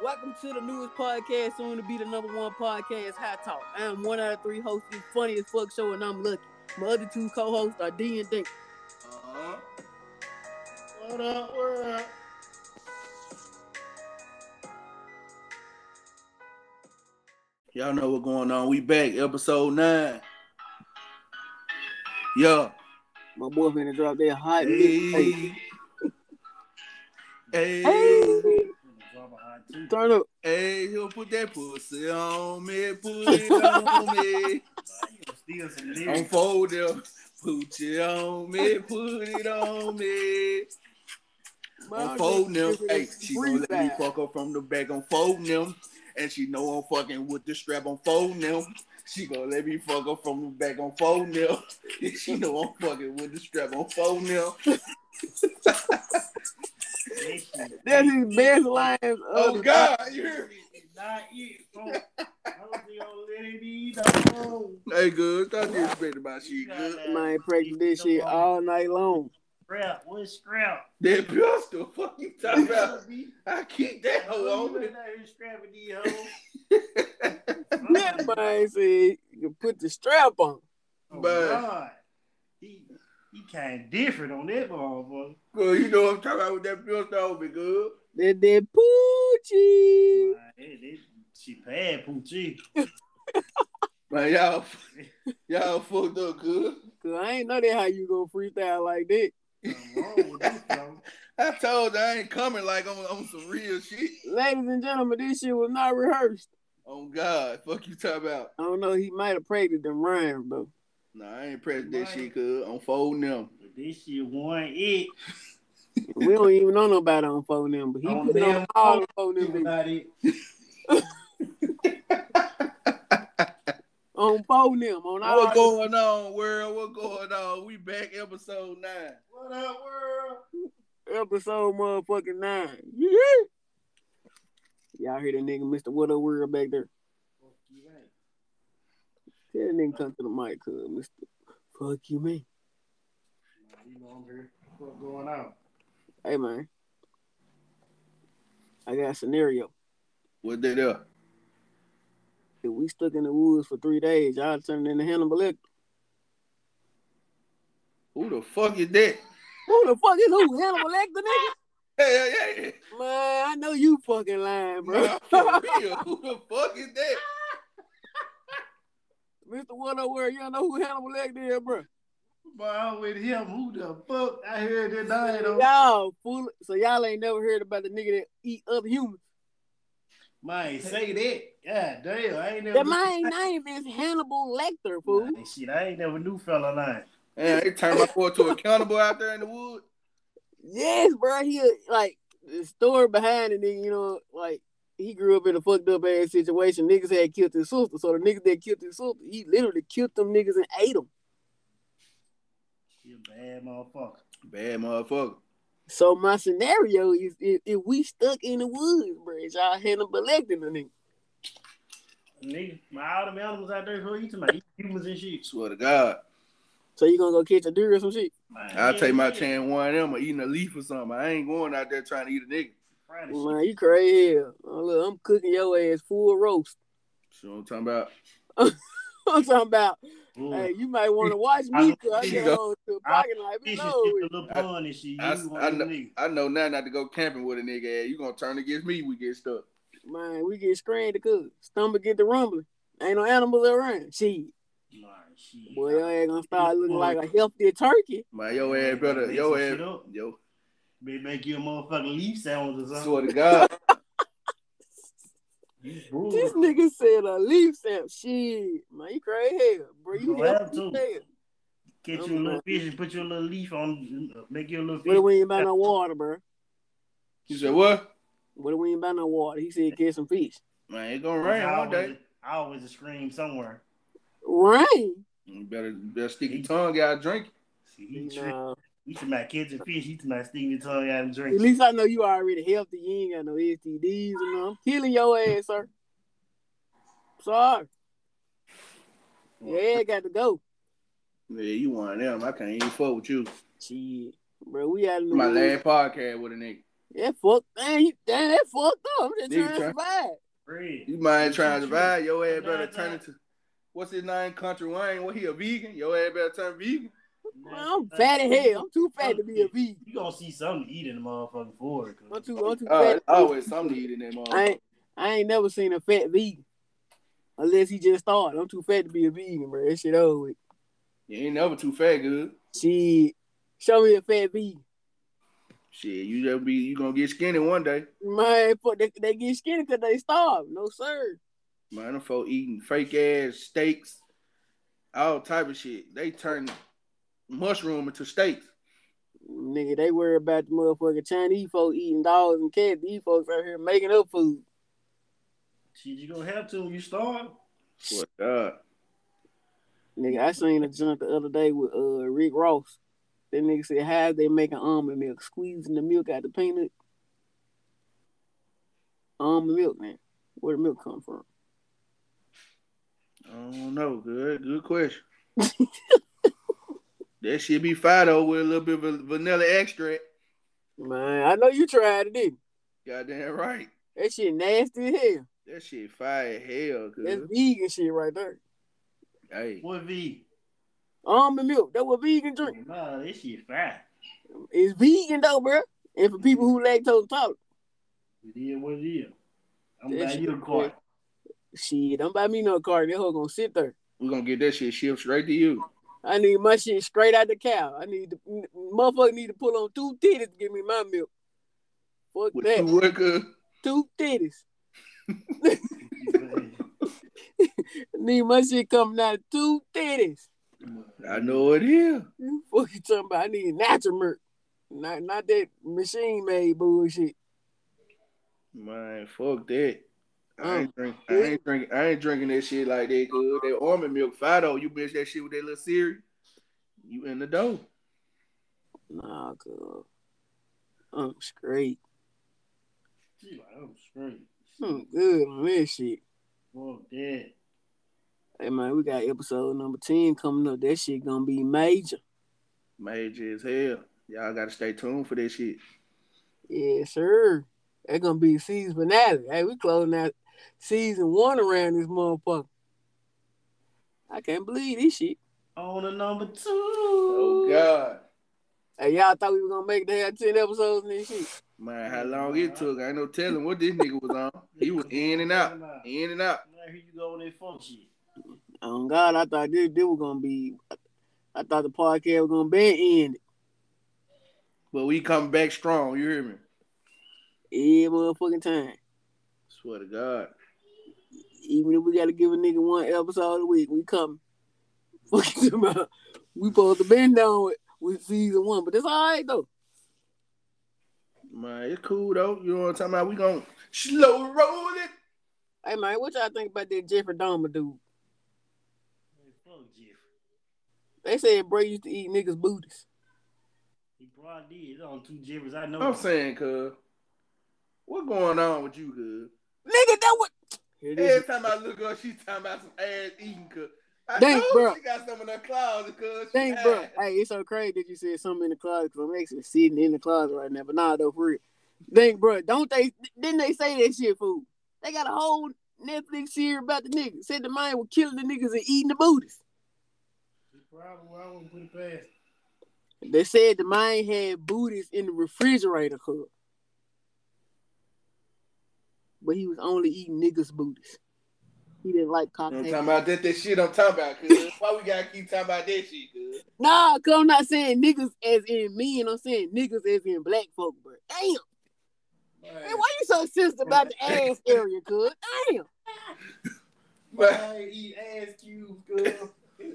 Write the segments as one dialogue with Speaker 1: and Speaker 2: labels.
Speaker 1: Welcome to the newest podcast, soon to be the number one podcast, High Talk. I'm one out of three hosts, of the funniest fuck show, and I'm lucky. My other two co-hosts are D and D.
Speaker 2: Uh-huh.
Speaker 3: What up? What up?
Speaker 2: Y'all know what's going on. We back, episode nine. Yeah.
Speaker 1: My boy finna drop that hot. mixtape.
Speaker 2: Hey. Hey.
Speaker 1: Hey. Turn up.
Speaker 2: Hey, he'll put that pussy on me, put it on me. Don't fold it, put it on me, put it on me. I'm folding them. Hey, she gonna let me fuck her from the back. I'm folding them, and she know I'm fucking with the strap. I'm folding them. She gonna let me fuck her from the back. I'm folding them. She know I'm fucking with the strap. I'm folding them.
Speaker 1: That's his best lines. of
Speaker 2: Oh
Speaker 1: the-
Speaker 2: God, you hear me?
Speaker 3: Not it, folks. I don't think I'll let it be
Speaker 2: Hey, good. Stop disrespecting my shit, good.
Speaker 1: Man, practice this shit all night long.
Speaker 3: Scrap, what's scrap?
Speaker 2: That pistol, fuck you talking about?
Speaker 3: Hold
Speaker 2: I keep that hoe on me.
Speaker 3: Scrapping these hoes.
Speaker 1: That man said you can put the strap on.
Speaker 3: Oh,
Speaker 2: Bruh.
Speaker 3: God. He, he kind of different on that motherfucker.
Speaker 2: Well, you know what I'm talking about with that pistol on me, good.
Speaker 1: That that poochie.
Speaker 3: Nah, it- it- She pad Poochie.
Speaker 2: Man, y'all, y'all fucked up, good.
Speaker 1: Cause I ain't know that how you gonna freestyle like that.
Speaker 3: Something wrong with this, though.
Speaker 2: I told you I ain't coming like I'm on some real shit.
Speaker 1: Ladies and gentlemen, this shit was not rehearsed.
Speaker 2: Oh God, fuck you talking about.
Speaker 1: I don't know. He might have practiced them rhymes though.
Speaker 2: Nah, I ain't pressing that
Speaker 3: Right.
Speaker 2: shit, cuz. I'm folding them.
Speaker 3: But this shit won it.
Speaker 1: We don't even know nobody on phone them, but he
Speaker 3: On
Speaker 1: put it on
Speaker 3: them.
Speaker 1: all the phone them bitches.
Speaker 3: About it.
Speaker 1: on phone them on all.
Speaker 2: What going on, world? What going on? We back episode nine.
Speaker 3: What up, world?
Speaker 1: episode motherfucking nine. Yeah. Y'all hear that nigga Mr. What a World back there?
Speaker 3: Fuck you, right.
Speaker 1: Tell that nigga come to the mic, cuz Mr. Fuck you, man.
Speaker 3: You know I'm here. What's going on?
Speaker 1: Hey, man. I got a scenario.
Speaker 2: What that uh, up?
Speaker 1: If we stuck in the woods for three days, y'all turn into Hannibal Lecter.
Speaker 2: Who the fuck is that?
Speaker 1: Who the fuck is who? Hannibal Lecter, nigga?
Speaker 2: Hey, hey, hey.
Speaker 1: Man, I know you fucking lying, bro.
Speaker 2: Nah, for real. Who the fuck is that?
Speaker 1: Mr. What a World, you don't know who Hannibal Lecter is, bro.
Speaker 3: Boy, I'm with him. Who the fuck? I heard that night on.
Speaker 1: Y'all fool. So y'all ain't never heard about the nigga that eat other humans.
Speaker 3: Man, say that. God damn, I ain't never.
Speaker 1: That my name is Hannibal Lecter, fool.
Speaker 3: Man, shit, I ain't never knew fella lying.
Speaker 2: Man, they turned my boy to a cannibal out there in the woods.
Speaker 1: Yes, bro. He a- like the story behind it, nigga, you know, like he grew up in a fucked up ass situation. Niggas had killed his sister, so the niggas that killed his sister, he literally killed them niggas and ate them.
Speaker 3: You bad motherfucker.
Speaker 2: Bad motherfucker.
Speaker 1: So my scenario is if, if we stuck in the woods, bro, is y'all Hannibal Lecter, the nigga.
Speaker 3: Nigga, my all them animals out there who eat like humans and shit.
Speaker 2: Swear to God.
Speaker 1: So you gonna go catch a deer or some shit?
Speaker 3: Man,
Speaker 2: I'll
Speaker 3: yeah,
Speaker 2: take my
Speaker 3: yeah.
Speaker 2: chance one of them or eating a leaf or something. I ain't going out there trying to eat a nigga.
Speaker 3: Friday shit.
Speaker 1: Man, you crazy. hell. Oh, look, I'm cooking your ass full roast.
Speaker 2: You know what I'm talking about?
Speaker 1: I'm talking about.
Speaker 3: Ooh.
Speaker 1: Hey, you might want to watch me
Speaker 3: I-
Speaker 1: 'cause I
Speaker 2: you
Speaker 1: get
Speaker 2: go-
Speaker 1: on to the
Speaker 3: I-
Speaker 1: parking lot.
Speaker 3: This is
Speaker 1: No,
Speaker 3: just a little pun and shit. You
Speaker 2: I-
Speaker 3: want
Speaker 2: I
Speaker 3: this
Speaker 2: know-
Speaker 3: nigga.
Speaker 2: I know now not to go camping with a nigga ass. You gonna turn against me, we get stuck.
Speaker 1: Man, we get screamed because stomach get the rumbling. Ain't no animals around. Shit,
Speaker 3: Nah, shit.
Speaker 1: boy, your ass gonna start looking like a healthy turkey.
Speaker 2: Man, your ass better,
Speaker 3: Make
Speaker 2: your
Speaker 3: some
Speaker 2: ass,
Speaker 3: shit up.
Speaker 2: yo,
Speaker 3: May make you a motherfucking leaf sounds or something.
Speaker 2: swear to God.
Speaker 3: Ooh.
Speaker 1: This nigga said a leaf stamp. Shit, man, you crazy hell, bro. You
Speaker 3: Well,
Speaker 1: healthy
Speaker 3: too.
Speaker 1: as hell.
Speaker 3: Catch you a little fish and put you a little leaf on, make you a little
Speaker 1: What if
Speaker 3: fish.
Speaker 1: we ain't buy no water, bro?
Speaker 2: You said what?
Speaker 1: What if we ain't buy no water? He said get some fish.
Speaker 2: Man, it gonna
Speaker 3: It's
Speaker 2: rain one
Speaker 3: always-
Speaker 2: day.
Speaker 3: Always a scream somewhere.
Speaker 1: Rain.
Speaker 2: You better, better stick your tongue out, drink. it.
Speaker 3: See, he tri-
Speaker 1: Nah.
Speaker 3: he to my kids and fish. He to my stinking tongue out and
Speaker 1: At
Speaker 3: drink.
Speaker 1: least I know you already healthy. You ain't got no STDs or no. I'm killing your ass, sir. Sorry. Yeah, got to go.
Speaker 2: Yeah, you one of them. I can't even fuck with you.
Speaker 1: Shit, bro, we out in the
Speaker 2: My last
Speaker 1: woods.
Speaker 2: podcast with a nigga.
Speaker 1: That fuck, man, he, damn, that fucked up. I'm just
Speaker 2: Nigga
Speaker 1: trying
Speaker 2: try-
Speaker 1: to survive.
Speaker 3: Red.
Speaker 2: You mind trying to survive? Your ass better
Speaker 3: Nah,
Speaker 2: turn
Speaker 3: nah.
Speaker 2: into what's his name? Country Wayne. What he a vegan? Your ass better turn vegan.
Speaker 1: Man, I'm fat as hell. I'm too fat to be a vegan.
Speaker 3: You gonna see something to eat in the motherfucking forward.
Speaker 1: I'm too, I'm too
Speaker 2: Uh,
Speaker 1: fat.
Speaker 2: always something to eat in that
Speaker 1: I
Speaker 2: motherfucker.
Speaker 1: ain't, I ain't never seen a fat vegan. Unless he just started. I'm too fat to be a vegan, bro. That shit over with.
Speaker 2: You ain't never too fat, good.
Speaker 1: Shit. Show me a fat vegan.
Speaker 2: Shit, you just be you gonna get skinny one day.
Speaker 1: Man, fuck, they, they get skinny because they starve. No, sir.
Speaker 2: Man, them folk eating fake ass steaks, all type of shit. They turn mushroom into steaks.
Speaker 1: Nigga, they worry about the motherfucking Chinese folks eating dogs and cats. These folks out here making up food.
Speaker 3: Shit, you gonna have to when you start.
Speaker 2: What God?
Speaker 1: Nigga, I seen a junk the other day with uh Rick Ross. That nigga said, how they making almond milk? Squeezing the milk out the peanut. Almond milk, man. Where the milk come from?
Speaker 2: I don't know. Good, good question. that shit be Fido with a little bit of vanilla extract.
Speaker 1: Man, I know you tried it, didn't you?
Speaker 2: Goddamn right.
Speaker 1: That shit nasty as hell.
Speaker 2: That shit fire as hell,
Speaker 1: That's
Speaker 2: good.
Speaker 1: vegan shit right there.
Speaker 2: Hey,
Speaker 3: What V?
Speaker 1: Almond milk, that what vegan drink.
Speaker 3: Nah, this shit fat.
Speaker 1: It's vegan though, bro. And for people who lactose intolerant,
Speaker 3: It is what it is. I'm
Speaker 1: That
Speaker 3: glad
Speaker 1: shit
Speaker 3: you a cart.
Speaker 1: shit, don't buy me no car. That hoe gonna sit there.
Speaker 2: we're gonna get that shit shipped straight to you.
Speaker 1: I need my shit straight out the cow. I need to, motherfucker need to pull on two titties to give me my milk. Fuck
Speaker 2: With
Speaker 1: that,
Speaker 2: two workers.
Speaker 1: two titties. Need my shit coming out of two titties.
Speaker 2: I know it is.
Speaker 1: You fucking talking about? I need natural milk, not not that machine made bullshit.
Speaker 2: Man, fuck that. I ain't drink. I
Speaker 1: yeah.
Speaker 2: ain't drink. I ain't drinking that shit like that. Good. That almond milk, Fido. You bitch that shit with that little cereal. You in the dough.
Speaker 1: Nah, girl. I'm straight.
Speaker 3: She like, I'm straight.
Speaker 1: I'm good on this shit.
Speaker 3: Fuck that.
Speaker 1: Hey man, we got episode number ten coming up. That shit gonna be major.
Speaker 2: Major as hell. Y'all gotta stay tuned for that shit.
Speaker 1: Yeah, sure. That gonna be season finale. Hey, we closing out season one around this motherfucker. I can't believe this shit.
Speaker 3: On the number two.
Speaker 2: Oh God,
Speaker 1: Hey, y'all thought we were gonna make the hell ten episodes and this shit.
Speaker 2: man, how long it took? I ain't no telling what this nigga was on. He was in and out,
Speaker 3: Now
Speaker 2: in and out.
Speaker 3: here you go with that funk shit.
Speaker 1: Oh God, I thought this, this was gonna be. I thought the podcast was gonna be ended.
Speaker 2: But we come back strong. You hear me?
Speaker 1: Every motherfucking time.
Speaker 2: Swear to God.
Speaker 1: Even if we gotta give a nigga one episode a week, we coming. Fucking them out. We supposed to been down with, with season one, but that's all right though.
Speaker 2: Man, it's cool though. You know what I'm talking about? We gonna slow roll it.
Speaker 1: Hey man, what y'all think about that Jeffrey Dahmer dude?
Speaker 3: Man, Fuck Jeff.
Speaker 1: They said Bray used to eat niggas' booties.
Speaker 3: He probably did. It's on two Jeffers. I know.
Speaker 2: I'm saying, cuz, what going on with you, cuz?
Speaker 1: Nigga, that what? Here
Speaker 2: Every time I look up, she's talking about some ass eating. Cause I
Speaker 1: Thank
Speaker 2: know
Speaker 1: bro.
Speaker 2: she got some in her closet. Cause she
Speaker 1: Dang, bro.
Speaker 2: ass.
Speaker 1: Hey, it's so crazy that you said something in the closet because I'm actually sitting in the closet right now. But nah, though, for real. Dang, bro. Don't they? Didn't they say that shit, fool? They got a whole Netflix series about the niggas. Said the man was killing the niggas and eating the booties.
Speaker 3: He probably I wouldn't put it past.
Speaker 1: They said the man had booties in the refrigerator hood. But he was only eating niggas' booties. He didn't like
Speaker 2: You know
Speaker 1: cocktails.
Speaker 2: what I'm talking about that, that shit I'm talking about, cuz. Why we gotta keep talking about that shit, cuz?
Speaker 1: Nah, cause I'm not saying niggas as in me, and I'm saying niggas as in black folk, but damn, man, why you so sensitive about the ass area, cuz? Damn.
Speaker 2: Man,
Speaker 3: eat ass cubes, girl.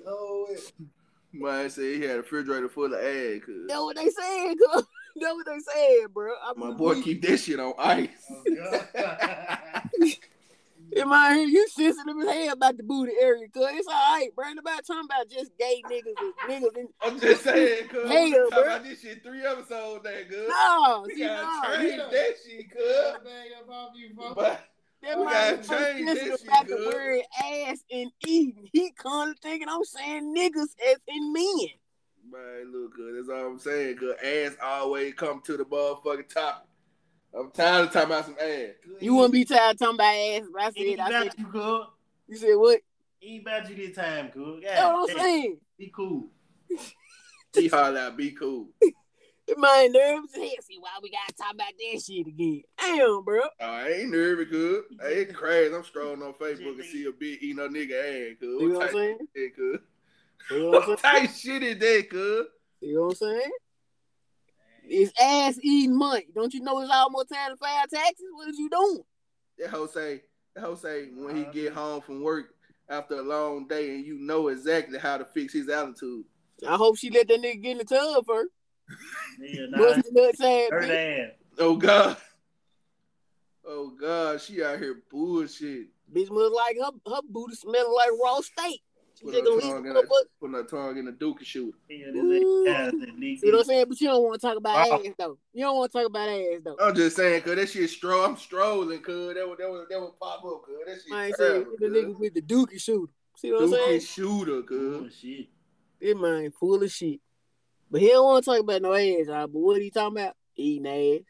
Speaker 3: oh,
Speaker 2: man said he had a refrigerator full of ass, cuz.
Speaker 1: That what they saying, cuz. That what they saying, bro. I
Speaker 2: My
Speaker 1: mean,
Speaker 2: boy
Speaker 1: we-
Speaker 2: keep that shit on ice.
Speaker 3: Oh, God.
Speaker 1: Am I here? You sensitive as hell about the booty area, cuz. It's all right, bro. Ain't Nobody talking about just gay niggas and niggas. And...
Speaker 2: I'm just saying, cuz.
Speaker 1: Hell,
Speaker 2: we talking
Speaker 1: bro.
Speaker 2: about this shit three episodes now, cuz.
Speaker 1: No,
Speaker 2: We
Speaker 1: see, no.
Speaker 2: gotta change
Speaker 1: you-
Speaker 2: that shit, cuz. But
Speaker 1: That
Speaker 2: we
Speaker 1: man
Speaker 2: gotta
Speaker 1: so
Speaker 2: change this
Speaker 1: sensitive
Speaker 2: shit,
Speaker 1: about the
Speaker 2: cuz.
Speaker 1: word ass and eating. He kind of thinking I'm saying niggas as in men.
Speaker 2: Man, look good. That's all I'm saying. Good ass always come to the motherfucking top. I'm tired of talking about some ass.
Speaker 1: You wouldn't be tired of talking about ass. but I
Speaker 3: He ain't
Speaker 1: said, I said,
Speaker 3: about you, cuz.
Speaker 1: you said what?
Speaker 3: He ain't about you this time, cuz.
Speaker 1: That's
Speaker 3: Yeah,
Speaker 1: what I'm saying.
Speaker 3: be cool.
Speaker 2: Be hard out, be cool. Oh,
Speaker 1: It might nerves as hell. See why we gotta talk about that shit again. Damn, bro.
Speaker 2: I ain't nervy, good. Hey, it's crazy. I'm scrolling on Facebook and see a bitch eating a nigga ass,
Speaker 1: You
Speaker 2: cuz.
Speaker 1: know
Speaker 2: What
Speaker 1: what I'm
Speaker 2: type
Speaker 1: saying?
Speaker 2: shit, cuz?
Speaker 1: You know what I'm saying?
Speaker 2: What type shit is that, cuz?
Speaker 1: You know what I'm saying? It's ass eating money. Don't you know it's almost time to file taxes? What is you doing?
Speaker 2: That hoe say, that hoe say when he get home from work after a long day and you know exactly how to fix his attitude.
Speaker 1: I hope she let that nigga get in the tub first.
Speaker 3: Yeah, nah,
Speaker 1: Bust the nuts ass.
Speaker 3: hurt
Speaker 1: bitch.
Speaker 3: ass.
Speaker 2: Oh God. Oh God, she out here bullshit.
Speaker 1: Bitch must like her, her booty smelling like raw steak. She
Speaker 2: Put
Speaker 1: just
Speaker 2: her
Speaker 1: gonna
Speaker 2: tongue
Speaker 1: eat
Speaker 2: in
Speaker 1: the
Speaker 2: it.
Speaker 1: motherfucker.
Speaker 2: Putting her tongue in the duke and shoot.
Speaker 3: Yeah,
Speaker 1: Ooh.
Speaker 3: this ass that leak.
Speaker 1: You know what I'm saying? But you don't want to talk about
Speaker 3: Wow.
Speaker 1: ass though. You don't want to talk about ass though.
Speaker 2: I'm just saying, cuz that shit stro I'm strolling, cuz that would that would that would pop up, cuz that shit.
Speaker 1: I ain't saying
Speaker 2: terrible,
Speaker 1: the
Speaker 2: cuz.
Speaker 1: nigga with the dookie shooter. See what I'm
Speaker 2: Duke
Speaker 1: saying?
Speaker 2: and shooter,
Speaker 3: Oh,
Speaker 2: cuz.
Speaker 3: shit.
Speaker 1: His mind full of shit. But he don't want to talk about no ass, y'all. But what he talking about? Eating ass.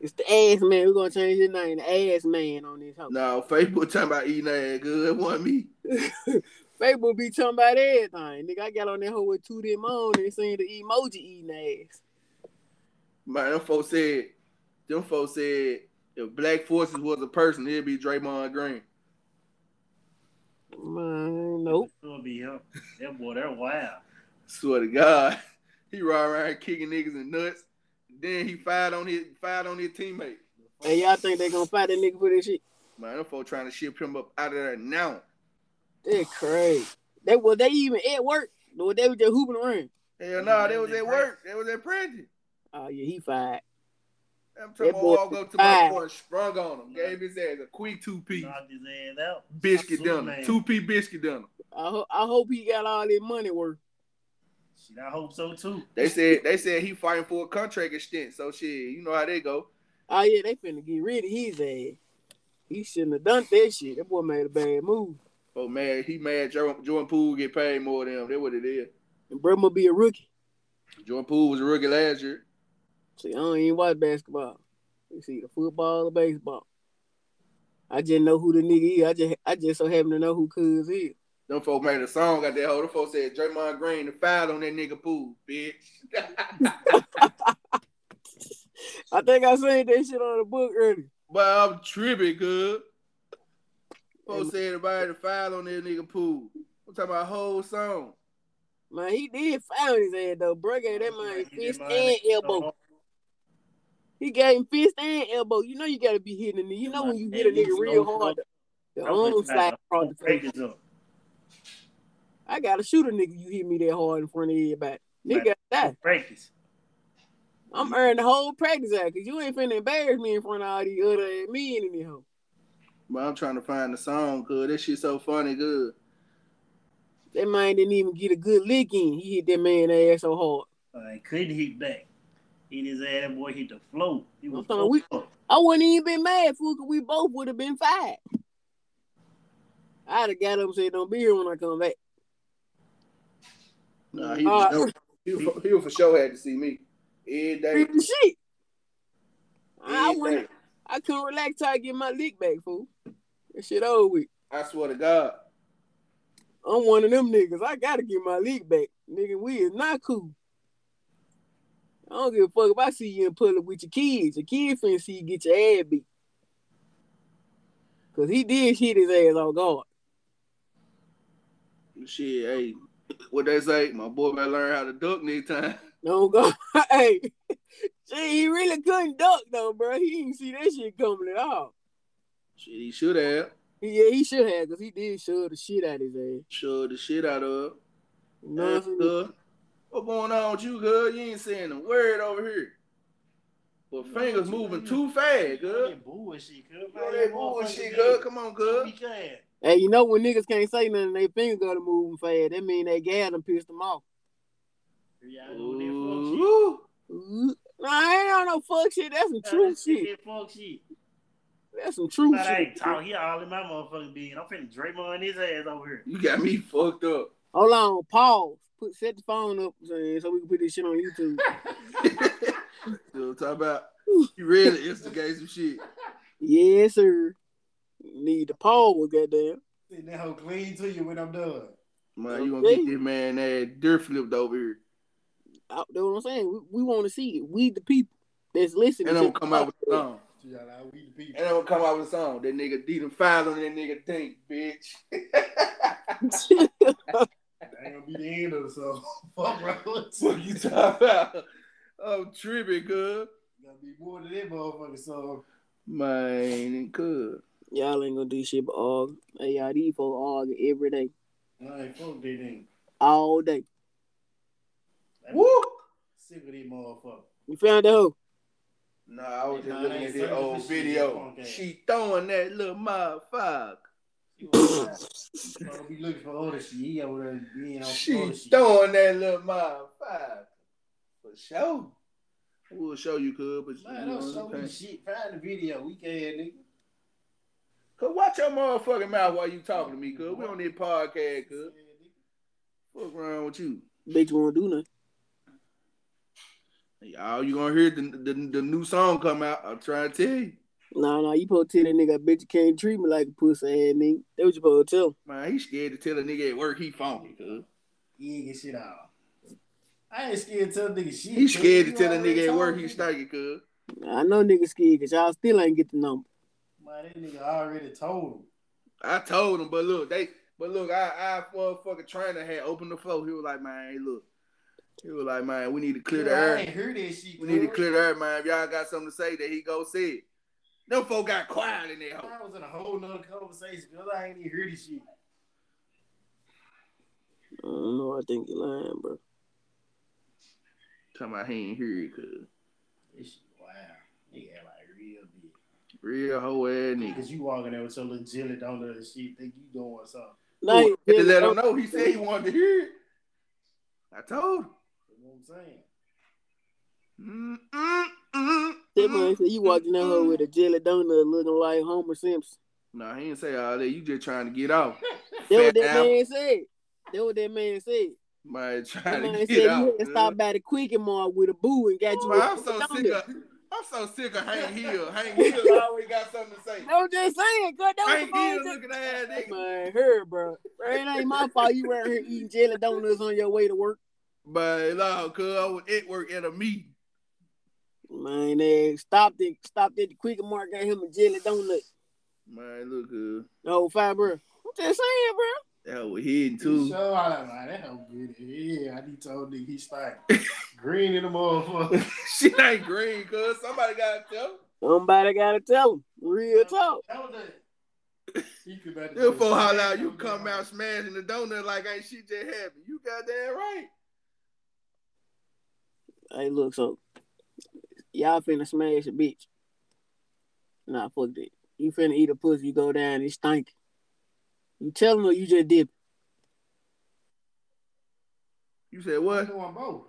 Speaker 1: It's the ass man. We're gonna change his name, the ass man, on this hoe.
Speaker 2: No, Facebook talking about eating ass, cuz. It wasn't me.
Speaker 1: Facebook be talking about everything. Nigga, I got on that hoe with two them on and seen the emoji eating ass.
Speaker 2: Man, them folks said, them folks said, if Black Forces was a person, it'd be Draymond Green.
Speaker 1: Man, nope.
Speaker 3: It'll be him. That boy, they're wild.
Speaker 2: Swear to God, he ride around kicking niggas and nuts. Then he fired on his fired on his teammate.
Speaker 1: And y'all think they gonna fight that nigga for this shit?
Speaker 2: Man, them folks trying to ship him up out of there now.
Speaker 1: They crazy. They were they even at work? Or they were just hooping around.
Speaker 2: Hell no, they was at work. They was at practice.
Speaker 1: Oh yeah, he fired.
Speaker 2: I'm talking
Speaker 1: That
Speaker 2: about
Speaker 1: boy
Speaker 2: walk up to my
Speaker 1: fired.
Speaker 2: boy and sprung on him. Gave his ass a quick two piece
Speaker 3: Knocked his ass out.
Speaker 2: biscuit
Speaker 3: Superman.
Speaker 2: dinner. Two piece biscuit dinner.
Speaker 1: I, ho- I hope he got all his money worth.
Speaker 3: Shit, I hope so too.
Speaker 2: They said they said he fighting for a contract extent. So shit, you know how they go.
Speaker 1: Oh yeah, they finna get rid of his ass. He shouldn't have done that shit. That boy made a bad move.
Speaker 2: Oh man, he mad Jordan, Jordan Poole get paid more than him. That's what it is.
Speaker 1: And bro must be a rookie.
Speaker 2: Jordan Poole was a rookie last year.
Speaker 1: See, I don't even watch basketball. You see the football or baseball. I just know who the nigga is. I just I just so happen to know who Cuz is.
Speaker 2: Them folk made a song out there. Hold them folk said Draymond Green the foul on that nigga pool, bitch.
Speaker 1: I think I seen that shit on the book earlier.
Speaker 2: but I'm tripping good. Folks said everybody the foul on that nigga pool. I'm talking about a whole song.
Speaker 1: Man, he did foul his ass though. Bro gave that man
Speaker 3: He did
Speaker 1: fist
Speaker 3: mine.
Speaker 1: and elbow.
Speaker 3: Oh,
Speaker 1: He gave him fist and elbow. You know you gotta be hitting the knee. You know when you hit a nigga real hard, the- the arm slide across the face.
Speaker 3: Break this up.
Speaker 1: I gotta shoot a nigga. You hit me that hard in front of everybody. Nigga, die.
Speaker 3: Break this.
Speaker 1: I'm earning the whole practice out because you ain't finna embarrass me in front of all these other men in this hoe.
Speaker 2: But I'm trying to find the song, good. This shit so funny, good.
Speaker 1: That man didn't even get a good lick in. He hit that man ass so hard.
Speaker 3: I Uh, couldn't hit back. Hit his ass. That boy hit the floor. He was
Speaker 1: I'm talking, we-
Speaker 3: fucked up.
Speaker 1: I wouldn't even been mad, fool, 'cause we both would have been fired. I'd have got up and said, Don't be here when I come back.
Speaker 2: Nah, he was,
Speaker 1: Uh,
Speaker 2: he, was for, he was for sure had to see me. Every day.
Speaker 1: Real shit. I,
Speaker 2: Every day.
Speaker 1: wouldn't, I couldn't relax till I get my lick back, fool. That shit over with.
Speaker 2: I swear to God.
Speaker 1: I'm one of them niggas. I gotta get my league back. Nigga, we is not cool. I don't give a fuck if I see you in public with your kids. Your kids finna see you get your ass beat. Cause he did shit his ass on guard.
Speaker 2: Shit, hey. What they say? My boy better learn how to duck next time.
Speaker 1: No guard. hey. Shit, he really couldn't duck though, bro. He didn't see that shit coming at all.
Speaker 2: Shit, he should have.
Speaker 1: Yeah, he should have, cause he did shove the shit out his ass. You
Speaker 2: Showed the shit out of.
Speaker 1: know what I'm
Speaker 2: That's
Speaker 1: saying?
Speaker 2: good. What going on with you, good? You ain't saying a word over here. But fingers moving too fast, good.
Speaker 3: That bullshit, cuz.
Speaker 2: You know that bullshit, good. Come on, good.
Speaker 1: Hey, you know when niggas can't say nothing, they fingers gotta move fast. That mean they gas and pissed them off.
Speaker 3: True
Speaker 2: Ooh.
Speaker 1: Ooh. Nah, I ain't on no fuck shit. That's some true shit.
Speaker 3: That fuck shit.
Speaker 1: That's some true
Speaker 3: But I ain't
Speaker 1: shit.
Speaker 3: talking. He all in my motherfucking being. I'm finna Draymond his ass over here.
Speaker 2: You got me fucked up.
Speaker 1: Hold on, pause. Put set the phone up man, so we can put this shit on YouTube.
Speaker 2: Still talk about You really instigate some shit.
Speaker 1: Yes, sir. Need the pole, goddamn.
Speaker 3: Sitting that hoe clean to you when I'm done.
Speaker 2: Man, you gonna get this man that dirt flipped over here.
Speaker 1: I, that's what I'm saying. We, we want to see it. We the people that's listening.
Speaker 2: And I'm
Speaker 1: to
Speaker 2: gonna come out with a song.
Speaker 3: She got like, we the people.
Speaker 2: And I'm gonna come out with a song. That nigga D done filed on that nigga think, bitch.
Speaker 3: That ain't gonna be the end of the song. Fuck, bro.
Speaker 2: what you talking about? I'm tripping, good.
Speaker 3: Gotta be more than that motherfucker song.
Speaker 2: Man, good.
Speaker 1: y'all ain't gonna do shit but argue. Hey, y'all, these folks argue every day,
Speaker 3: I ain't fuck that nigga.
Speaker 1: all day.
Speaker 3: I'm
Speaker 2: Woo!
Speaker 3: Sick of these motherfuckers.
Speaker 1: You found that hoe?
Speaker 2: Nah, I was just
Speaker 3: Nah,
Speaker 2: looking
Speaker 3: they
Speaker 2: at
Speaker 3: searching
Speaker 2: this
Speaker 3: for
Speaker 2: old
Speaker 3: shit,
Speaker 2: video.
Speaker 3: punk ass.
Speaker 2: She throwing that little motherfucker.
Speaker 3: You know what I'm saying? be looking for other shit. He over there being on
Speaker 2: She
Speaker 3: other shit.
Speaker 2: throwing that little motherfucker. For sure. We'll show you, could, but you
Speaker 3: Man,
Speaker 2: know,
Speaker 3: don't show
Speaker 2: you
Speaker 3: me
Speaker 2: can't.
Speaker 3: shit. Find the video. We can, nigga.
Speaker 2: Cause watch your motherfucking mouth while you talking to me, cuz. We on this podcast, cuz. What's wrong with you?
Speaker 1: Bitch won't do nothing.
Speaker 2: Y'all, you gonna hear the, the the new song come out. I'm trying to tell you.
Speaker 1: Nah, nah, you supposed to tell that nigga, bitch, you can't treat me like a pussy ass nigga. That what you supposed to tell him.
Speaker 2: Man, he scared to tell a nigga at work he phony, cuz.
Speaker 3: Yeah, get shit out. I ain't scared to tell nigga shit.
Speaker 2: He scared to
Speaker 3: You
Speaker 2: tell a
Speaker 3: already
Speaker 2: nigga at
Speaker 3: told
Speaker 2: work he
Speaker 3: me.
Speaker 2: stinking, cuz.
Speaker 1: I know niggas scared because y'all still ain't get the number.
Speaker 3: Man, that nigga already told him.
Speaker 2: I told him, but look, they but look, I I motherfucking trainer had opened the floor. He was like, man, hey, look. He was like, man, we need to clear the
Speaker 3: I
Speaker 2: air.
Speaker 3: ain't heard that shit.
Speaker 2: We need to
Speaker 3: cuz.
Speaker 2: clear the air, man. If y'all got something to say, that he go say it. Them folk got quiet in there.
Speaker 3: I was in a whole nother conversation because I ain't even heard this shit.
Speaker 1: I don't know. I think you're lying, bro.
Speaker 2: Talking about he ain't hear it, cuz.
Speaker 3: This shit, wow. Nigga act like real big.
Speaker 2: Real hoe ass nigga.
Speaker 3: Because you walking there with your little jelly donut and shit, think you doing something.
Speaker 1: Nah,
Speaker 2: Ooh, had to let him
Speaker 1: know.
Speaker 2: know. He said he wanted to hear it. I told him.
Speaker 3: You know what I'm saying?
Speaker 2: Mm, mm, mm, mm.
Speaker 1: That man said you walking in her with a jelly donut looking like Homer Simpson.
Speaker 2: Nah, he ain't say all that. You just trying to get off.
Speaker 1: That what
Speaker 2: Fat
Speaker 1: that
Speaker 2: apple.
Speaker 1: man said. That what that man said.
Speaker 2: Man,
Speaker 1: That
Speaker 2: trying
Speaker 1: man
Speaker 2: to
Speaker 1: said
Speaker 2: get
Speaker 1: you
Speaker 2: off.
Speaker 1: had to
Speaker 2: man.
Speaker 1: stop by the Quicken Mart with a boo and got you.
Speaker 2: Man,
Speaker 1: a
Speaker 2: I'm so
Speaker 1: jelly
Speaker 2: sick
Speaker 1: donut.
Speaker 2: of I'm so sick of Hank Hill. Hank Hill always got something to say.
Speaker 1: I'm just saying, cause that was
Speaker 2: Hank
Speaker 1: the
Speaker 2: Hill
Speaker 1: phone.
Speaker 2: looking at that nigga.
Speaker 1: Man, her, bro. Bro, It ain't my fault you around here eating jelly donuts on your way to work.
Speaker 2: But no, cuz I was at work at a meeting.
Speaker 1: Man, they stopped it. Stopped at the Quicken Mart, got him a jelly donut.
Speaker 2: Man, look good.
Speaker 1: The whole five, bro. I'm just saying, bro.
Speaker 2: That was hidden
Speaker 3: Too.
Speaker 2: too.
Speaker 3: So I like, man, that hoe good. Yeah, I need to told nigga he stank. Green in the motherfucker.
Speaker 2: Shit ain't green, cuz somebody got to tell. him.
Speaker 1: Somebody gotta tell him. Real talk.
Speaker 3: That was it. He could better do
Speaker 2: Therefore,
Speaker 3: it.
Speaker 2: holla out, you come out smashing the donut like ain't shit just happened. You goddamn right.
Speaker 1: Hey, look, so y'all finna smash a bitch. Nah, fuck that. You finna eat a pussy, you go down, it's stinky. You tell them or you just dip.
Speaker 2: You said
Speaker 3: I'm
Speaker 2: what?
Speaker 3: doing both.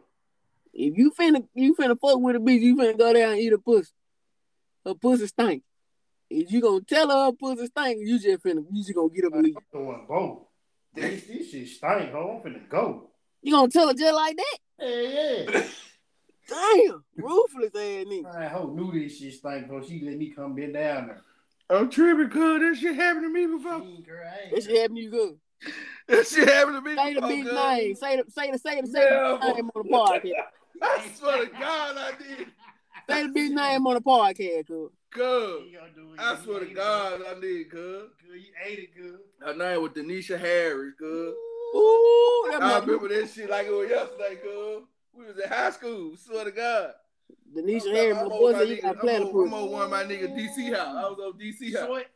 Speaker 1: If you finna you finna fuck with a bitch, you finna go down and eat a pussy. Her pussy stink. If you gonna tell her her pussy stink, you just finna you just gonna get up and leave.
Speaker 3: I'm doing both. This, this shit stank, ho. I'm finna go.
Speaker 1: You gonna tell her just like that?
Speaker 3: Hey, yeah.
Speaker 1: Damn, ruthless ass nigga.
Speaker 3: I hoe knew this shit stank, ho. She let me come bend down there.
Speaker 2: I'm tripping, cuz this shit happened to me before.
Speaker 3: She ain't girl, I ain't
Speaker 1: That
Speaker 3: girl.
Speaker 1: shit happened to you good.
Speaker 2: That shit happened to me
Speaker 1: Say the
Speaker 2: before,
Speaker 1: big
Speaker 2: cuz.
Speaker 1: name. Say the say the say the say
Speaker 2: Yeah.
Speaker 1: the name on the podcast.
Speaker 2: I swear to God I did.
Speaker 1: Say the big name on the podcast, cuz.
Speaker 2: Cuz.
Speaker 3: He gonna do it.
Speaker 2: I
Speaker 3: You
Speaker 2: swear to
Speaker 3: ate it,
Speaker 2: God I did, cuz.
Speaker 3: Good, you ate it good.
Speaker 2: Her name was Denisha Harris, cuz.
Speaker 1: Ooh,
Speaker 2: I
Speaker 1: that might be
Speaker 2: remember that shit like it was yesterday, cuz. We was in high school, swear to God.
Speaker 1: Denisha
Speaker 2: I'm-
Speaker 1: Harris,
Speaker 2: I'm
Speaker 1: but
Speaker 2: over my
Speaker 1: boy, he
Speaker 2: nigga-
Speaker 1: got
Speaker 2: I'm over- I'm
Speaker 1: platypus.
Speaker 2: over one of my nigga DC house. I was on DC house.
Speaker 3: Short.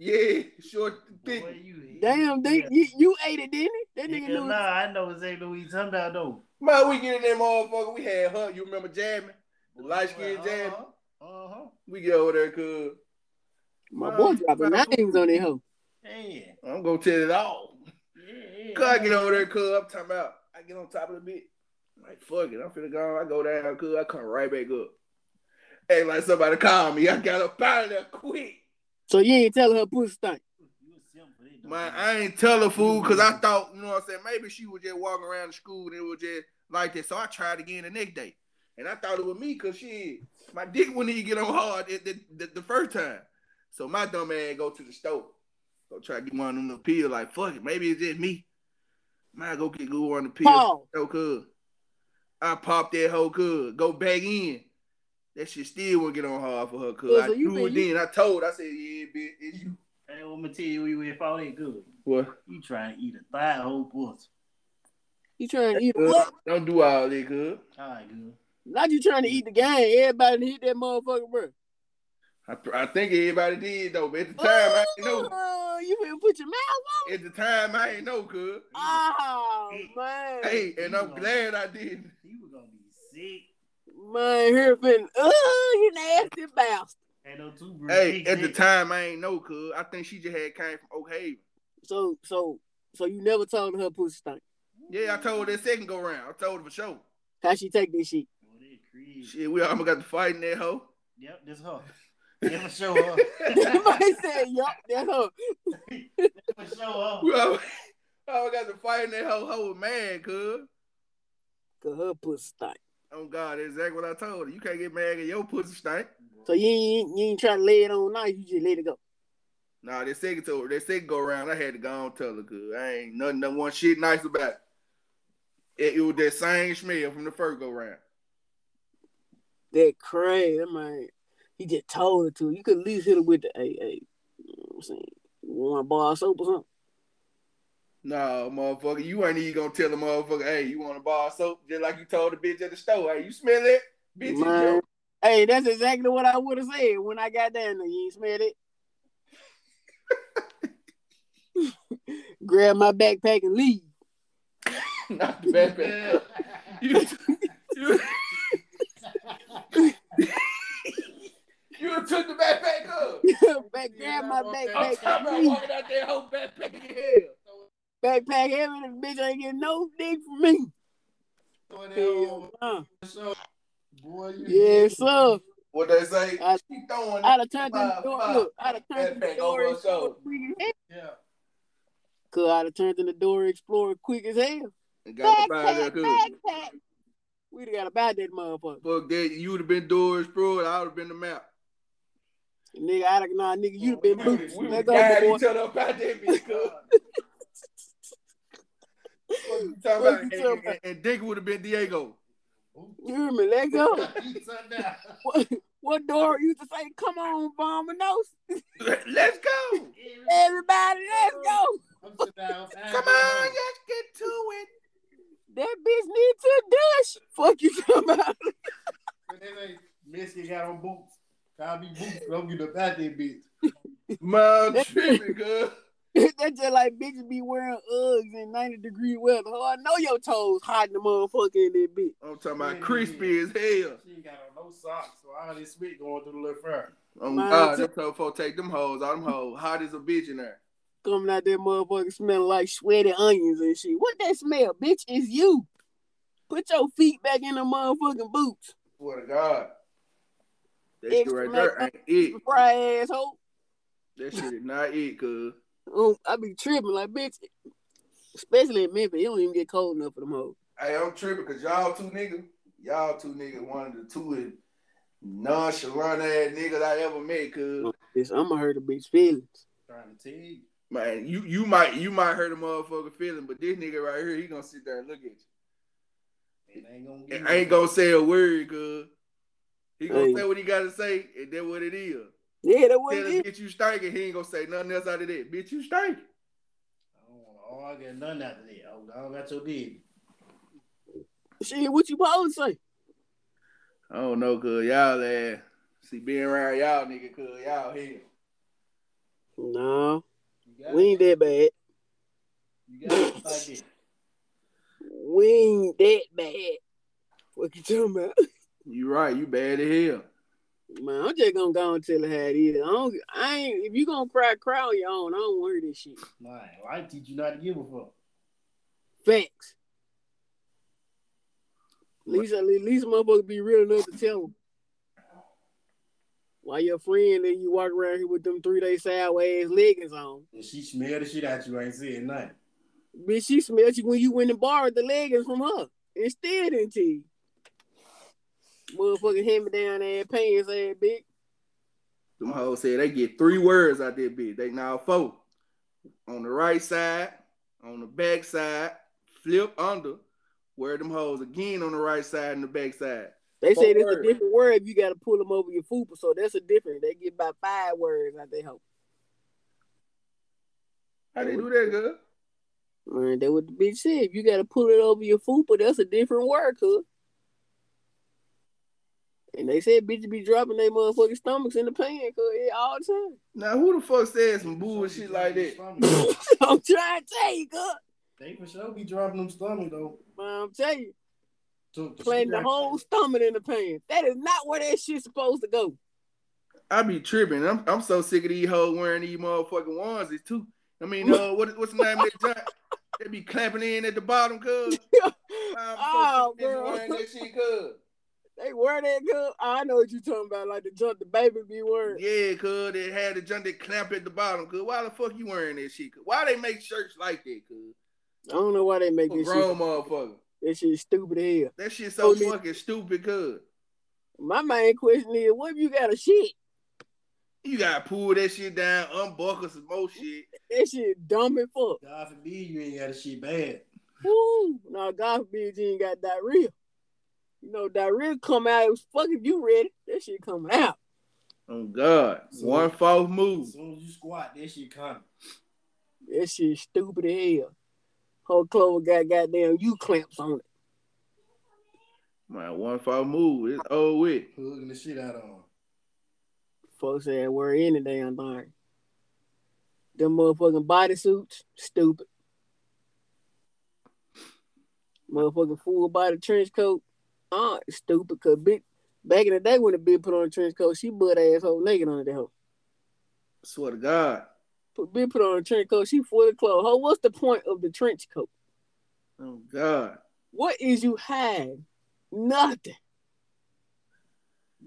Speaker 2: Yeah, short, thick.
Speaker 3: Boy, you-
Speaker 1: Damn, they,
Speaker 3: Yeah.
Speaker 1: you, you ate it, didn't it? That nigga
Speaker 3: Nigga,
Speaker 1: knew
Speaker 3: nah,
Speaker 1: it.
Speaker 3: I know exactly what you talking about though.
Speaker 2: Man, we get in there, motherfucker. We had her. You remember jamming? The light
Speaker 3: uh-huh.
Speaker 2: skinned jamming.
Speaker 4: uh-huh.
Speaker 3: Uh huh.
Speaker 2: We get over there, cuz.
Speaker 1: My boy dropping names on that hoe.
Speaker 3: Yeah, yeah,
Speaker 2: I'm gonna tell it all.
Speaker 3: yeah.
Speaker 2: Cuz I get over there, cuz. I'm talking about. I get on top of the bitch. Like, fuck it. I'm finna go. I go down, cuz. I come right back up. Hey, like somebody called me. I got up out of there quick.
Speaker 1: So you ain't telling her pussy stink.
Speaker 3: You a simp for that, though.
Speaker 2: Man, I ain't tell her fool because I thought, you know what I'm saying? Maybe she was just walking around the school and it was just like that. So I tried again the next day. And I thought it was me because shit, my dick wouldn't even get on hard the, the, the, the first time. So my dumb ass go to the store, go try to get one of them pills. Like fuck it, maybe it's just me. Might go get go on the pill.
Speaker 1: Paul,
Speaker 2: So good. I popped that whole good. Go back in. That shit still won't get on hard for her. Cause
Speaker 1: Yeah,
Speaker 2: I
Speaker 1: so you
Speaker 2: knew it
Speaker 1: been-
Speaker 2: then. I told. I said, yeah, bitch, it's you.
Speaker 4: Hey, I'm gonna tell you where you at for that good.
Speaker 2: What?
Speaker 4: You trying to eat a thigh whole pussy.
Speaker 1: you trying to eat what?
Speaker 2: Good. Don't do all that good.
Speaker 4: All right, good.
Speaker 1: Not you trying to eat the game. Everybody hit that motherfucker, bro.
Speaker 2: I, I think everybody did though, but at the time I didn't know.
Speaker 1: Oh, you finna put your mouth on? it?
Speaker 2: At the time I didn't know, cuz.
Speaker 1: Oh man,
Speaker 2: Mm. Hey, and I'm glad I didn't.
Speaker 4: He was gonna be sick.
Speaker 1: man, here finna. Oh, you nasty bastard.
Speaker 4: Ain't no two
Speaker 2: Hey, at the time I ain't know, cuz. I think she just had came from Oak Haven.
Speaker 1: So, so, so you never told her pussy stink.
Speaker 2: Yeah, I told her that second go round. I told her for sure.
Speaker 1: How she take this shit?
Speaker 4: Boy, that crazy.
Speaker 2: Shit, we almost got to fighting that hoe.
Speaker 4: Yep, that's her. That for sure her.
Speaker 1: Somebody said, "Yup, that's her."
Speaker 4: That for sure her.
Speaker 2: We almost, almost got to fighting that hoe. Hoe was mad, cuz.
Speaker 1: Cause her pussy stink.
Speaker 2: Oh, God, that's exactly what I told her. You can't get mad at your pussy stank.
Speaker 1: So you ain't, you ain't trying to lay it on nice. You just let it go.
Speaker 2: Nah, that second, to, that second go round, I had to go on and tell her, cuz. I ain't nothing, not one shit nice about it. It, it was that same smell from the first go round.
Speaker 1: That crazy, that man. He just told her to. You could at least hit her with the, hey, hey. You know what I'm saying, you want a bar of soap or something?
Speaker 2: No, motherfucker, you ain't even gonna tell the motherfucker, hey, you want a bar of soap? Just like you told the bitch at the store, hey, you smell it? Bitch, you
Speaker 1: Man.
Speaker 2: know.
Speaker 1: Hey, that's exactly what I would have said when I got down there. You ain't smell it. Grab my backpack and leave.
Speaker 2: not the backpack. you, you, you took the backpack up.
Speaker 1: Back, grab my
Speaker 2: I'm
Speaker 1: backpack.
Speaker 2: talking about
Speaker 1: and leave.
Speaker 2: walking out there, whole backpack in hell.
Speaker 1: Backpack heaven, and bitch ain't getting no dick from me. Hell, nah.
Speaker 3: Boy, you
Speaker 1: Yes, sir.
Speaker 2: What they say?
Speaker 1: I-
Speaker 2: she throwing
Speaker 1: I'd have turned
Speaker 2: Five,
Speaker 1: the door.
Speaker 2: five.
Speaker 1: Look, I'd have turned the
Speaker 2: Backpack
Speaker 1: door.
Speaker 2: over
Speaker 1: and
Speaker 2: her shoulder.
Speaker 1: explored quick as hell.
Speaker 3: Yeah.
Speaker 1: Cause I'd have turned in the door explorer quick as hell.
Speaker 2: it. Got the fire there,
Speaker 1: Backpack,
Speaker 2: cuz.
Speaker 1: backpack. We'd have got about that motherfucker.
Speaker 2: Fuck that. You would have been doors, bro. I would have been the map.
Speaker 1: Nigga, I'd have nah, nigga, you'd have been boots.
Speaker 2: We
Speaker 1: Let
Speaker 2: would
Speaker 1: go,
Speaker 2: guide
Speaker 1: boy.
Speaker 2: each other up out there, bitch, cuz. What you talking
Speaker 1: What
Speaker 2: about?
Speaker 1: you
Speaker 2: And,
Speaker 1: talking about?
Speaker 2: and, and Dick would have been Diego.
Speaker 1: You hear me? Let go.
Speaker 3: He turned down.
Speaker 1: what, what door used to say, come on, Vominos.
Speaker 2: Let's go.
Speaker 1: Everybody, let's go.
Speaker 3: I'm sitting down.
Speaker 2: Come on, let's get to it.
Speaker 1: That bitch need to dash. Fuck you talking about.
Speaker 3: And they say, Michigan got on boots. Call me boots. Don't get up out there, bitch.
Speaker 2: My tripping, girl.
Speaker 1: that just like bitches be wearing Uggs in 90 degree weather. Oh, I know your toes hot in the motherfucker in that bitch.
Speaker 2: I'm talking about crispy as hell.
Speaker 3: She ain't got on no socks, so all this spit going through the little front.
Speaker 2: Oh
Speaker 1: Mine
Speaker 2: God,
Speaker 1: too.
Speaker 2: them tough folk take them hoes, all them hoes, hot as a bitch in there.
Speaker 1: Coming out that motherfucker smelling like sweaty onions and shit. What that smell, bitch, is you. Put your feet back in the motherfucking boots.
Speaker 2: Swear to God. That
Speaker 1: It's
Speaker 2: shit right there
Speaker 1: like-
Speaker 2: ain't it.
Speaker 1: Fry asshole.
Speaker 2: That shit is not it, cuz.
Speaker 1: Um, I be tripping like bitch, especially in Memphis. It don't even get cold enough for them hoes.
Speaker 2: Hey, I'm tripping because y'all two niggas, y'all two niggas, one of the two nonchalant ass niggas I ever met, cuz.
Speaker 1: Bitch, I'ma hurt a bitch feelings.
Speaker 3: Trying to tell you.
Speaker 2: Man, you, you might you might hurt a motherfucker feeling, but this nigga right here, he gonna sit there and look at you.
Speaker 3: It ain't gonna get
Speaker 2: and ain't gonna say a word, cuz. He gonna
Speaker 1: Hey.
Speaker 2: say what he gotta say, and that what it is.
Speaker 1: Yeah, that what
Speaker 2: Tell
Speaker 1: it
Speaker 2: him
Speaker 1: is.
Speaker 2: bitch you stinking, he ain't gonna say nothing else out of that. Bitch, you stinking.
Speaker 3: I don't wanna argue nothing after that. Oh, dog, got your big.
Speaker 1: Shit, what you supposed to say?
Speaker 2: I don't know, cuz y'all ass. See, being around y'all nigga, cuz y'all here.
Speaker 1: No,
Speaker 3: You got
Speaker 1: we
Speaker 3: it.
Speaker 1: ain't that bad.
Speaker 3: You got it like that.
Speaker 1: We ain't that bad. What you talking about?
Speaker 2: You right, you bad as hell.
Speaker 1: Man, I'm just gonna go and tell her how it is. I, don't, I ain't. If you gonna cry, cry on your own. I don't want to hear this shit.
Speaker 3: Man, I teach you not to give a fuck.
Speaker 1: Facts. At least, at least motherfucker be real enough to tell him. Why your friend and you walk around here with them three day sideways leggings on?
Speaker 3: And she smelled the shit out you, ain't saying nothing.
Speaker 1: Bitch, she smelled you when you went and borrowed the leggings from her and still didn't tell you. motherfucking hand me down ass pants ass bitch.
Speaker 2: Them hoes said they get three words out there, bitch. They now four. On the right side, on the back side, flip under, wear them hoes again on the right side and the back side.
Speaker 1: They
Speaker 2: Four
Speaker 1: say it's a
Speaker 2: words.
Speaker 1: different word if you gotta pull them over your fupa, so that's a different. They get about five words out they hope.
Speaker 2: How they do that, girl?
Speaker 1: Man, that what the bitch said. If you gotta pull it over your fupa, that's a different word, cuz. And they said bitches be dropping their motherfucking stomachs in the pan, cuz yeah, all the time.
Speaker 2: Now who the fuck said some bullshit like that?
Speaker 3: that.
Speaker 1: I'm trying to tell you, cuz.
Speaker 3: They for sure be dropping them stomach though.
Speaker 1: Man, I'm telling you,
Speaker 3: To- to-
Speaker 1: planting the whole stomach in the pan. That is not where that shit's supposed to go.
Speaker 2: I be tripping. I'm I'm so sick of these hoes wearing these motherfucking onesies too. I mean, uh, what what's the name of that joint? They be clamping in at the bottom, cuz.
Speaker 1: Oh, bro.
Speaker 2: wearing that shit, cuz.
Speaker 1: They wear that good. I know what you're talking about, like the junk the baby be wearing.
Speaker 2: Yeah, cuz they had the junk that clamp at the bottom, cuz. Why the fuck you wearing that shit? Cuz? Why they make shirts like that, cuz?
Speaker 1: I don't know why they make
Speaker 2: For
Speaker 1: this
Speaker 2: grown
Speaker 1: shit.
Speaker 2: motherfucker.
Speaker 1: That shit stupid as hell.
Speaker 2: That shit so
Speaker 1: Oh, yeah.
Speaker 2: fucking stupid, cuz.
Speaker 1: My main question is, what if you got a shit?
Speaker 2: You gotta pull that shit down, unbuckle some more shit.
Speaker 1: That shit dumb as fuck.
Speaker 3: God forbid you ain't got a shit bad.
Speaker 1: Woo! No, God forbid you ain't got diarrhea. You know, diarrhea come out. Fuck if you ready. That shit coming out.
Speaker 2: Oh God,
Speaker 3: So-
Speaker 2: one false move.
Speaker 3: As soon as you squat, that shit coming.
Speaker 1: That shit stupid as hell. Whole Clover got goddamn U clamps on it.
Speaker 2: Man, one false move. It's over with.
Speaker 3: Hugging the shit out of him.
Speaker 1: Folks that wear any damn thing. Them motherfucking bodysuits, stupid. Motherfucking full body trench coat, ah, stupid. Cause bitch, back in the day when the bitch put on a trench coat, she butt asshole naked under that hoe.
Speaker 2: Swear to God.
Speaker 1: Put bitch put on a trench coat, she fully clothed. Ho, what's the point of the trench coat?
Speaker 2: Oh God.
Speaker 1: What is you hiding? Nothing.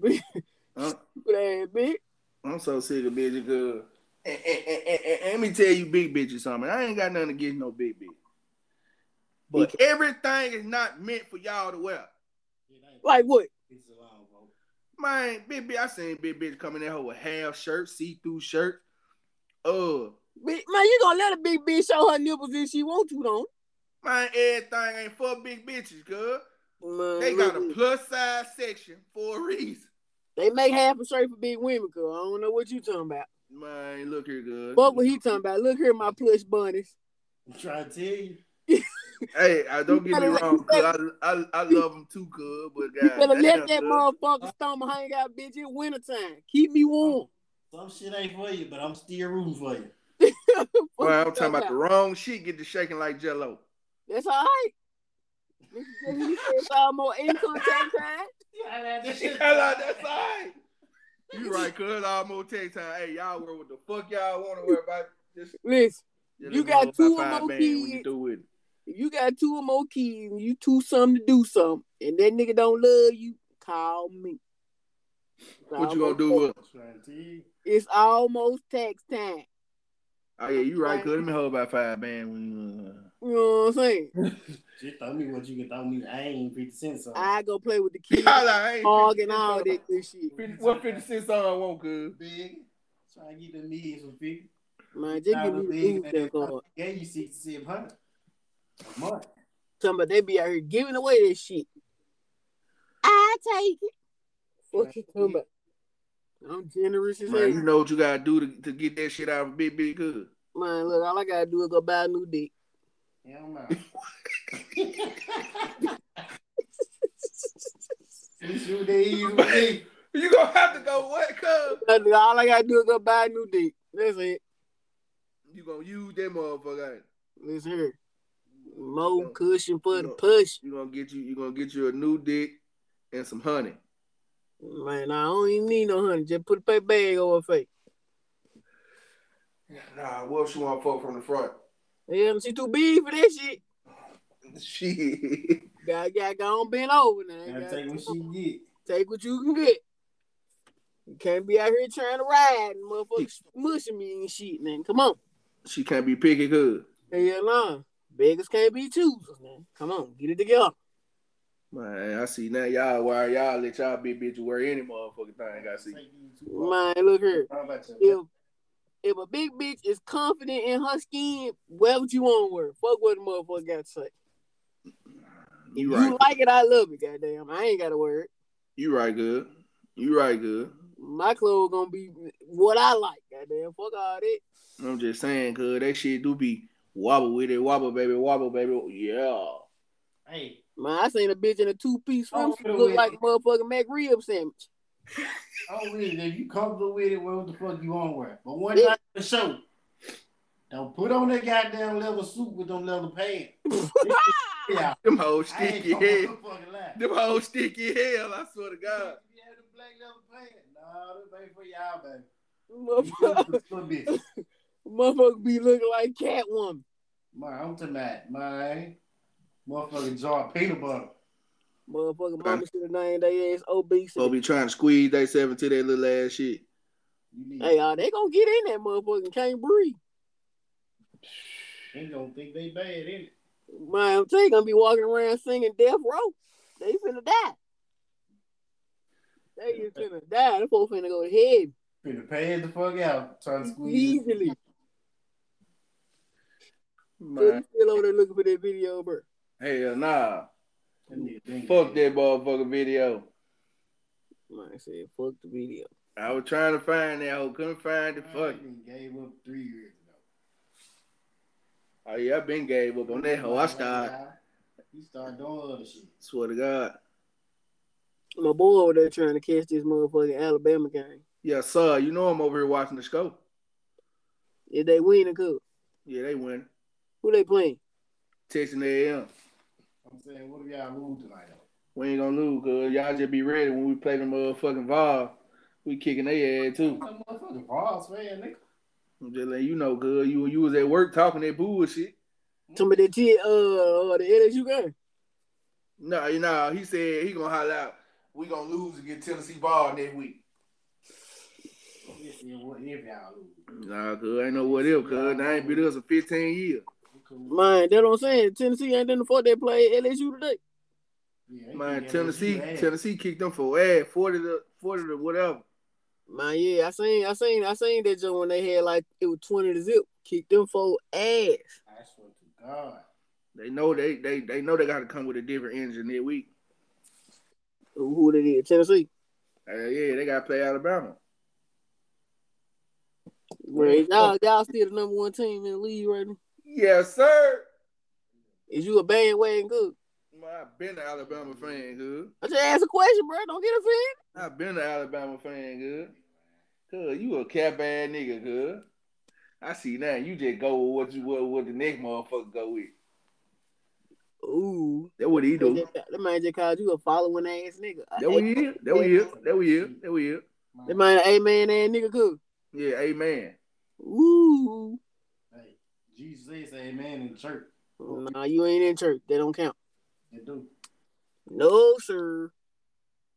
Speaker 1: Bitch,
Speaker 2: I'm,
Speaker 1: stupid ass bitch.
Speaker 2: I'm so sick of bitches, cuz. And, and- and- and- and- and let me tell you, big bitches, something. I ain't got nothing against no big bitch. But everything is not meant for y'all to wear.
Speaker 3: It ain't-
Speaker 1: Like what?
Speaker 3: It's allowed, bro.
Speaker 2: Man, big bitch, I seen big bitch coming in here with half shirt, see through shirt. Uh,
Speaker 1: Bitch, man, you gonna let a big bitch show her nipples if she want to, don't?
Speaker 2: man, everything ain't for big bitches, cuz.
Speaker 1: Man,
Speaker 2: They got
Speaker 1: look,
Speaker 2: a plus size section for a reason.
Speaker 1: They make half a straight for big women, cause I don't know what you talking about.
Speaker 2: Man, look here, good.
Speaker 1: Fuck what he talking about. Look here, my plush bunnies.
Speaker 3: I'm trying to tell you.
Speaker 2: Hey, I don't get me wrong, cuz I, I, I love them too, cuz. But
Speaker 1: You
Speaker 2: God,
Speaker 1: better let that
Speaker 2: damn, cuz.
Speaker 1: motherfucker stomach hang out, bitch, in wintertime. Keep me warm.
Speaker 3: Some shit ain't for you, but I'm still rooting for you.
Speaker 1: Fuck
Speaker 2: Well, I'm
Speaker 1: you
Speaker 2: talking about the wrong shit. Get to shaking like Jello.
Speaker 1: That's all right. Nigga just- he said It's all more income tax time.
Speaker 2: Jello, that's right. You right, cuz. Almost take time. Hey, y'all wear what the fuck y'all want to wear about. Just,
Speaker 1: Listen,
Speaker 2: just
Speaker 1: You
Speaker 2: let me
Speaker 1: got
Speaker 2: know about
Speaker 1: two
Speaker 2: five
Speaker 1: more
Speaker 2: bands when you
Speaker 1: kids.
Speaker 2: through with it.
Speaker 1: if you got two or more kids and you two something to do something, and that nigga don't love you, call me. It's
Speaker 2: What you gonna
Speaker 1: almost-
Speaker 2: do with? it?
Speaker 3: I'm trying to tell you.
Speaker 1: It's almost tax time.
Speaker 2: Oh yeah, you right, cuz. Let me hold about five bands when you. Uh,
Speaker 1: You know what I'm saying?
Speaker 3: Just throw me what you can throw me. I ain't 50 cents on.
Speaker 1: I go play with the kids.
Speaker 2: Y'all like, hey,
Speaker 1: Hog and all that good shit.
Speaker 2: 50 what 56 song I want, cuz?
Speaker 3: big. Trying to get the meals from 50.
Speaker 1: Man, just give me the food card.
Speaker 3: Yeah, you 6700 a month.
Speaker 1: Somebody they be out here giving away this shit. I take it. Fuck you talking about? I'm generous as
Speaker 2: Man, you
Speaker 1: hell.
Speaker 2: know what you gotta do to, to get that shit out of Big Big Good.
Speaker 1: Man, look, all I gotta do is go buy a new dick.
Speaker 3: Hell no. This you they eat with me.
Speaker 2: You gonna have to go what, cuz?
Speaker 1: all I gotta do is go buy a new dick. That's it.
Speaker 2: You gonna use that motherfucker. ain't you?
Speaker 1: That's her. Mo cushion for the push.
Speaker 2: You gonna get you you gonna get you a new dick and some honey.
Speaker 1: Man, I don't even need no honey. Just put a paper bag over her face.
Speaker 2: Nah, what if she want to fuck from the front?
Speaker 1: Damn, she too big for that shit.
Speaker 2: Shit.
Speaker 1: Gotta, gotta go on bend over now.
Speaker 3: Gotta
Speaker 1: Gotta
Speaker 3: take what she get.
Speaker 1: take what you can get. You can't be out here trying to ride and motherfuckers mushing me and shit, man. Come on.
Speaker 2: She can't be picky good.
Speaker 1: Hell no. Beggars can't be choosers, man. Come on, get it together.
Speaker 2: Man, I see now y'all why y'all let y'all big bitch wear any motherfucking thing I see.
Speaker 1: Man, look here.
Speaker 4: How about you?
Speaker 1: If if a big bitch is confident in her skin, wear what you want to wear. Fuck what the motherfucker got to say. If
Speaker 2: You
Speaker 1: you
Speaker 2: right.
Speaker 1: like it, I love it. Goddamn, I ain't got to wear it.
Speaker 2: You right good. You right good.
Speaker 1: My clothes gonna be what I like. Goddamn, fuck all that.
Speaker 2: I'm just saying, cuz that shit do be wobble with it, wobble baby, wobble baby. Yeah.
Speaker 4: Hey,
Speaker 1: Man, I seen a bitch in a two piece
Speaker 3: Oh,
Speaker 1: swimsuit look
Speaker 3: yeah.
Speaker 1: like a motherfucking McRib sandwich.
Speaker 3: I'm with it. If you comfortable with it, what the fuck you on wear? But one
Speaker 1: Yeah.
Speaker 3: night for sure. Don't put on that goddamn leather suit with them leather pants. yeah,
Speaker 2: Them hoes
Speaker 3: I ain't
Speaker 2: sticky
Speaker 3: gonna
Speaker 2: hell.
Speaker 3: motherfucking lie.
Speaker 2: Them hoes sticky hell, I swear to God.
Speaker 3: You had the black leather pants. Nah, this ain't for y'all, baby.
Speaker 1: Motherfucker,
Speaker 3: bitch.
Speaker 1: motherfucker be looking like Catwoman.
Speaker 3: Man, I'm tonight, man. Motherfucking jar of peanut butter.
Speaker 1: Motherfucker, mama should have named they ass obese.
Speaker 2: So be trying to squeeze they seven to that little ass shit.
Speaker 3: You need
Speaker 1: Hey, uh, they gonna get in that motherfucking can't breathe.
Speaker 3: ain't gonna think they bad, ain't it?
Speaker 1: Man, I'm telling you, gonna be walking around singing Death Row. They finna die. They is finna die. Them folks finna go to head
Speaker 3: Finna pay the fuck out, trying to squeeze it.
Speaker 1: easily. So
Speaker 2: Man.
Speaker 1: you still over there looking for that video, bro.
Speaker 2: Hell nah.
Speaker 3: That nigga think-
Speaker 2: Fuck that motherfucking video.
Speaker 1: Man, I said, fuck the video.
Speaker 2: I was trying to find that hoe, couldn't find it.
Speaker 3: Man,
Speaker 2: Fuck.
Speaker 3: that nigga Gave up three years ago.
Speaker 2: Oh yeah, I been gave up on that hoe. I started.
Speaker 3: He started doing other shit.
Speaker 2: Swear to God.
Speaker 1: My boy over there trying to catch this motherfucking Alabama game.
Speaker 2: Yeah, sir. You know I'm over here watching the scope.
Speaker 1: If they win the cup,
Speaker 2: Yeah, they win.
Speaker 1: who they playing?
Speaker 2: Texas A&M.
Speaker 3: I'm saying, what if y'all lose tonight? Though?
Speaker 2: We ain't gonna lose, cause y'all just be ready when we play the motherfucking ball. We kicking their ass too.
Speaker 3: That motherfucking Vols fan, nigga.
Speaker 2: I'm just letting you know, good. You you was at work talking that bullshit.
Speaker 1: Tell me that shit, uh, uh, the LSU game.
Speaker 2: No, you know he said he gonna holler out. We gonna lose against Tennessee ball next week.
Speaker 3: Yes, yeah, what if y'all lose?
Speaker 2: Nah, cuz ain't know what if, cuz I ain't been us in 15 years.
Speaker 3: We cool.
Speaker 1: Man, that's what I'm saying. Tennessee ain't done the fuck they played LSU today.
Speaker 3: Yeah, they
Speaker 2: Man,
Speaker 3: think
Speaker 2: Tennessee,
Speaker 3: LSU bad.
Speaker 2: Tennessee kicked them for ass 40 to 40 to whatever.
Speaker 1: Man, yeah, I seen, I seen, I seen that joint when they had like it was twenty to zip. Kick them four ass.
Speaker 3: I swear to God.
Speaker 2: They know they they they know they gotta come with a different engine that week.
Speaker 1: Who who they did? Tennessee.
Speaker 2: Uh, yeah, they gotta play Alabama.
Speaker 1: Where y'all, y'all still the number one team in the league right now.
Speaker 2: Yes, sir.
Speaker 1: Is you a bandwagon good?
Speaker 2: Man, I've been an Alabama fan, good.
Speaker 1: I just asked a question, bro. Don't get offended.
Speaker 2: I've been an Alabama fan, good. Good, you a cap ass nigga, good. I see now. You just go with what you what, what the next motherfucker go with.
Speaker 1: Ooh,
Speaker 2: That what he do.
Speaker 1: that, that man just called you a following ass nigga.
Speaker 2: That what he is. That what he is. That what he is. That what he is.
Speaker 3: Man,
Speaker 1: That man, a man ass nigga good.
Speaker 2: Yeah, amen.
Speaker 1: Ooh,
Speaker 3: hey, Jesus says amen in church.
Speaker 2: Oh.
Speaker 1: nah, you ain't in church. That don't count.
Speaker 3: They do.
Speaker 1: No, sir.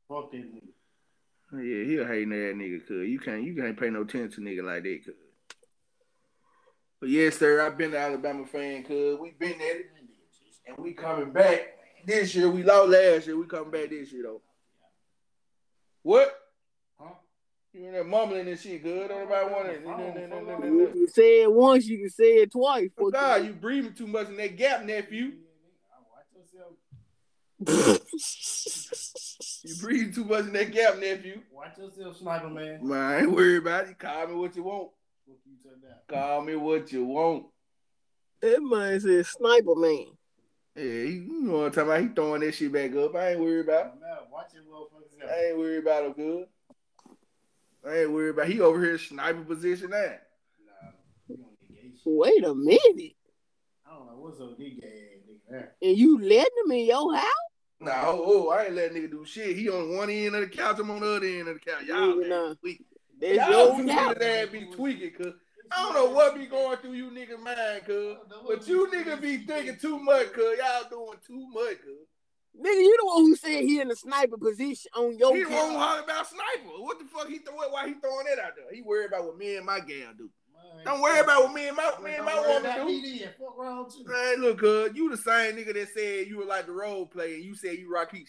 Speaker 3: Fuck that nigga.
Speaker 2: Yeah, he a hating that nigga, cuz. You can't you can't pay no attention to nigga like that, cuz. But yes, sir, I've been an Alabama fan, cuz. We been at it and we coming back this year. We lost last year. We coming back this year though. What?
Speaker 3: Huh?
Speaker 2: You in there mumbling and shit, good. Don't nobody want it. No, no, no, no, no, no.
Speaker 1: If you say it once, you can say it twice.
Speaker 2: Oh,
Speaker 1: Fuck
Speaker 2: God, you breathing too much in that gap, nephew.
Speaker 3: I watch yourself.
Speaker 2: You breathing too much in that gap, nephew.
Speaker 3: Watch yourself, sniper man.
Speaker 2: Man, I ain't worried about it. Call me what you want.
Speaker 3: Fuck you turn down.
Speaker 2: Call me what you want.
Speaker 1: That man said sniper man.
Speaker 2: Yeah, he- you know what I'm talking about. He throwing that shit back up. I ain't worried about.
Speaker 3: Don't matter. Watch your motherfuckers
Speaker 2: it.
Speaker 3: out.
Speaker 2: I ain't worried about him, good. I ain't worried about. He over here sniper position now.
Speaker 3: Nah, you don't get gay shit.
Speaker 1: Wait a minute.
Speaker 3: I don't know what's up with these gay ass nigga there.
Speaker 1: And you letting him in your house?
Speaker 2: Nah, oh, oh, I ain't letting nigga do shit. He on one end of the couch. I'm on the other end of the couch. Y'all,
Speaker 1: Moving on.
Speaker 2: tweak.
Speaker 1: That's
Speaker 2: y'all
Speaker 1: your
Speaker 2: two
Speaker 1: house.
Speaker 2: niggas that be tweaking, cause I don't know what be going through you niggas mind, cuz. But you niggas be thinking too much, cuz. Y'all doing too much, cuz.
Speaker 1: Nigga, you the one who said he in the sniper position on your
Speaker 2: He
Speaker 1: couch.
Speaker 2: won't holler about sniper. What the fuck he throw? Why he throwing that out there? He worried about what me and my gal do.
Speaker 3: Man,
Speaker 2: Don't worry about what me and my me and my woman do.
Speaker 3: PD and fuck wrong too.
Speaker 2: Man, look, uh, you the same nigga that said you were like the role play and you said you Rakeisha.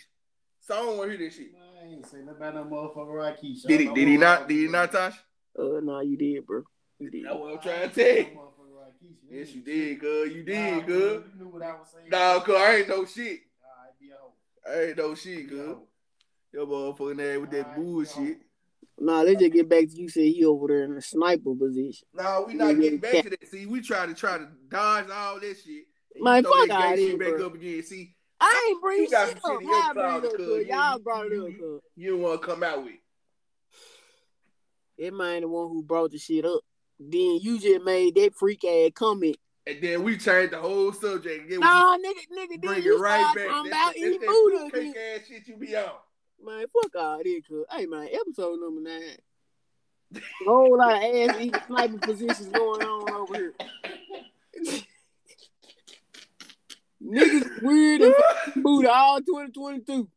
Speaker 2: So I don't want to hear that shit.
Speaker 3: I ain't say nothing about no motherfucker Rocky.
Speaker 2: Did he? Did he not? Did he not, Tosh?
Speaker 1: Uh, no, you did, bro. You did.
Speaker 2: That's what I'm trying to tell you. Yes, you did, good. You did, good.
Speaker 3: You knew what I was saying.
Speaker 2: Nah, cause I ain't no shit.
Speaker 3: Nah, I be a hoe.
Speaker 2: I ain't no shit, good. Your motherfucking ass with that bullshit.
Speaker 1: Nah, let's just get back to you. Said he over there in the sniper position.
Speaker 2: Nah, we not getting back to that. See, we try to try to dodge all that shit. and you
Speaker 1: Man,
Speaker 2: throw
Speaker 1: fuck
Speaker 2: that
Speaker 1: all
Speaker 2: gay shit
Speaker 1: that,
Speaker 2: back
Speaker 1: bro.
Speaker 2: up again. See,
Speaker 1: I ain't bring
Speaker 2: You
Speaker 1: shit
Speaker 2: got
Speaker 1: up.
Speaker 2: some shit in your
Speaker 1: How I bring
Speaker 2: closet,
Speaker 1: it up?
Speaker 2: cuz.
Speaker 1: cuz?
Speaker 2: You-
Speaker 1: Y'all brought it up.
Speaker 2: you-
Speaker 1: Cause.
Speaker 2: you don't want to come out with.
Speaker 1: It man the one who brought the shit up. Then you just made that freak ass comment.
Speaker 2: And then we changed the whole subject. And then we
Speaker 1: Nah, nigga, nigga,
Speaker 2: bring
Speaker 1: then
Speaker 2: it
Speaker 1: you
Speaker 2: right
Speaker 1: start
Speaker 2: back.
Speaker 1: talking
Speaker 2: That's
Speaker 1: about
Speaker 2: that-
Speaker 1: any
Speaker 2: that's that
Speaker 1: food
Speaker 2: cupcake
Speaker 1: again.
Speaker 2: ass shit you be on.
Speaker 1: Man, fuck all that, cuz. Hey, man, episode number nine. A whole lot of ass eating sniper positions going on over here. Niggas weird and fucking booty all 2022.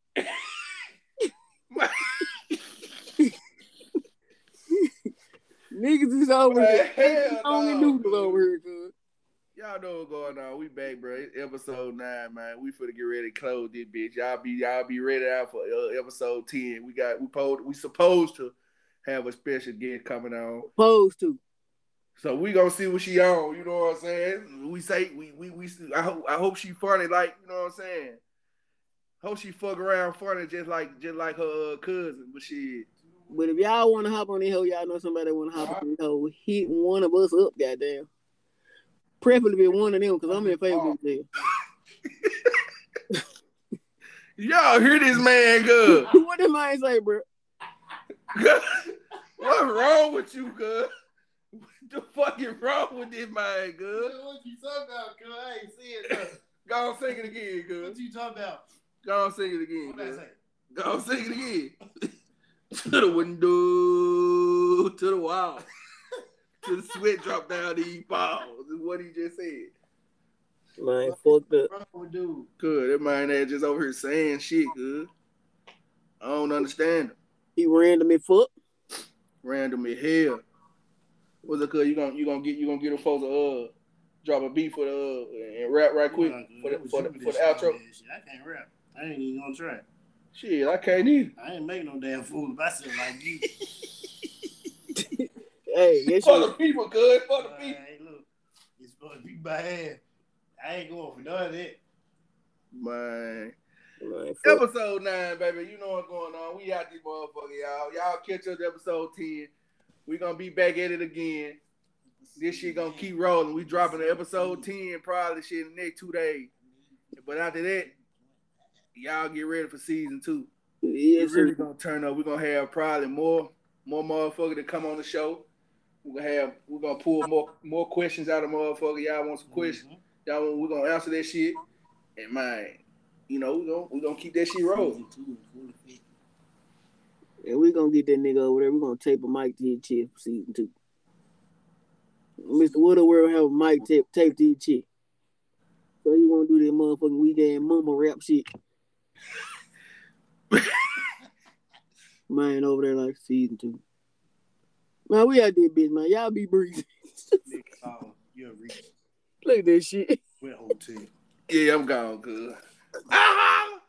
Speaker 1: Niggas is over
Speaker 2: Man,
Speaker 1: here.
Speaker 2: hell
Speaker 1: On the
Speaker 2: no,
Speaker 1: noodles
Speaker 2: dude.
Speaker 1: over here, cuz.
Speaker 2: Y'all know what's going on. We back, bro. It's episode nine, man. We finna get ready to close this bitch. Y'all be y'all be ready out for uh, episode ten. We got we po- we supposed to have a special guest coming on.
Speaker 1: Supposed to.
Speaker 2: So we gonna see what she on. You know what I'm saying? We say we we we. I hope I hope she funny. Like you know what I'm saying. Hope she fuck around funny, just like just like her uh, cousin. But she
Speaker 1: But if y'all want to hop on this hoe, y'all know somebody want to hop on this hoe. Hit one of us up, goddamn. Preferably one of them, because I'm in
Speaker 2: Oh.
Speaker 1: favor of them.
Speaker 2: y'all hear this man good.
Speaker 1: What did mine say, bro?
Speaker 2: What's wrong with you, good? What the fuck is wrong with this man, good?
Speaker 3: What you talking about, cuz? I ain't seeing nothing.
Speaker 2: Go on, sing it again,
Speaker 3: What
Speaker 2: good.
Speaker 3: you talking about?
Speaker 2: Go on, sing it again.
Speaker 3: What I
Speaker 2: Good.
Speaker 3: say?
Speaker 2: Go on, sing it again. to the window, to the wall, to the sweat drop down these balls. Is what he just said.
Speaker 1: Man, fucked up.
Speaker 3: What's wrong with dude?
Speaker 2: Good, that man that just over here saying shit. Good. I don't understand him.
Speaker 1: He randomly fucked.
Speaker 2: Random as hell. What's it cause you gonna you gonna get you gonna get a folks a uh drop a beat for the uh, and rap right quick
Speaker 4: Nah, dude,
Speaker 2: for
Speaker 4: that
Speaker 2: the
Speaker 4: was
Speaker 2: for
Speaker 4: you
Speaker 2: the,
Speaker 4: with
Speaker 2: for the
Speaker 4: this
Speaker 2: outro.
Speaker 4: goddamn shit. I can't rap. I ain't even gonna try.
Speaker 2: Shit, I can't either.
Speaker 4: I ain't making no damn fool of myself like you.
Speaker 1: Hey, yes,
Speaker 2: For
Speaker 1: you.
Speaker 2: the people, good for the
Speaker 4: Uh,
Speaker 2: people.
Speaker 4: hey, look, it's supposed to be by hand. I ain't going for none of that.
Speaker 2: Man.
Speaker 1: Man, fuck.
Speaker 2: Episode nine, baby. You know what's going on. We out this motherfucker, y'all. Y'all catch us episode ten. We gonna be back at it again. This shit gonna keep rolling. We dropping the episode ten probably shit in the next two days.
Speaker 4: Mm-hmm.
Speaker 2: But after that, y'all get ready for season two.
Speaker 1: Yes,
Speaker 2: It's really
Speaker 1: sir.
Speaker 2: gonna turn up. We're gonna have probably more more motherfucker to come on the show. We're gonna have we're gonna pull more more questions out of motherfucker. Y'all want
Speaker 3: Mm-hmm.
Speaker 2: some questions?
Speaker 4: Mhm.
Speaker 2: Y'all want, we're gonna answer that shit. And man, you know, we're gonna we're gonna keep that shit rolling.
Speaker 4: Season two in full effect.
Speaker 1: And we gonna get that nigga over there. We're gonna tape a mic to his chest for season two. Mr. Woodward have a mic tape tape to his chest. So you wanna do that motherfucking weekend mama rap shit. man over there like season two. Man, we out there, bitch, man. Y'all be breezy.
Speaker 4: Nick, oh, you're a reach.
Speaker 1: Look at this shit.
Speaker 4: We're hotel.
Speaker 2: Yeah, I'm gone good. Ah!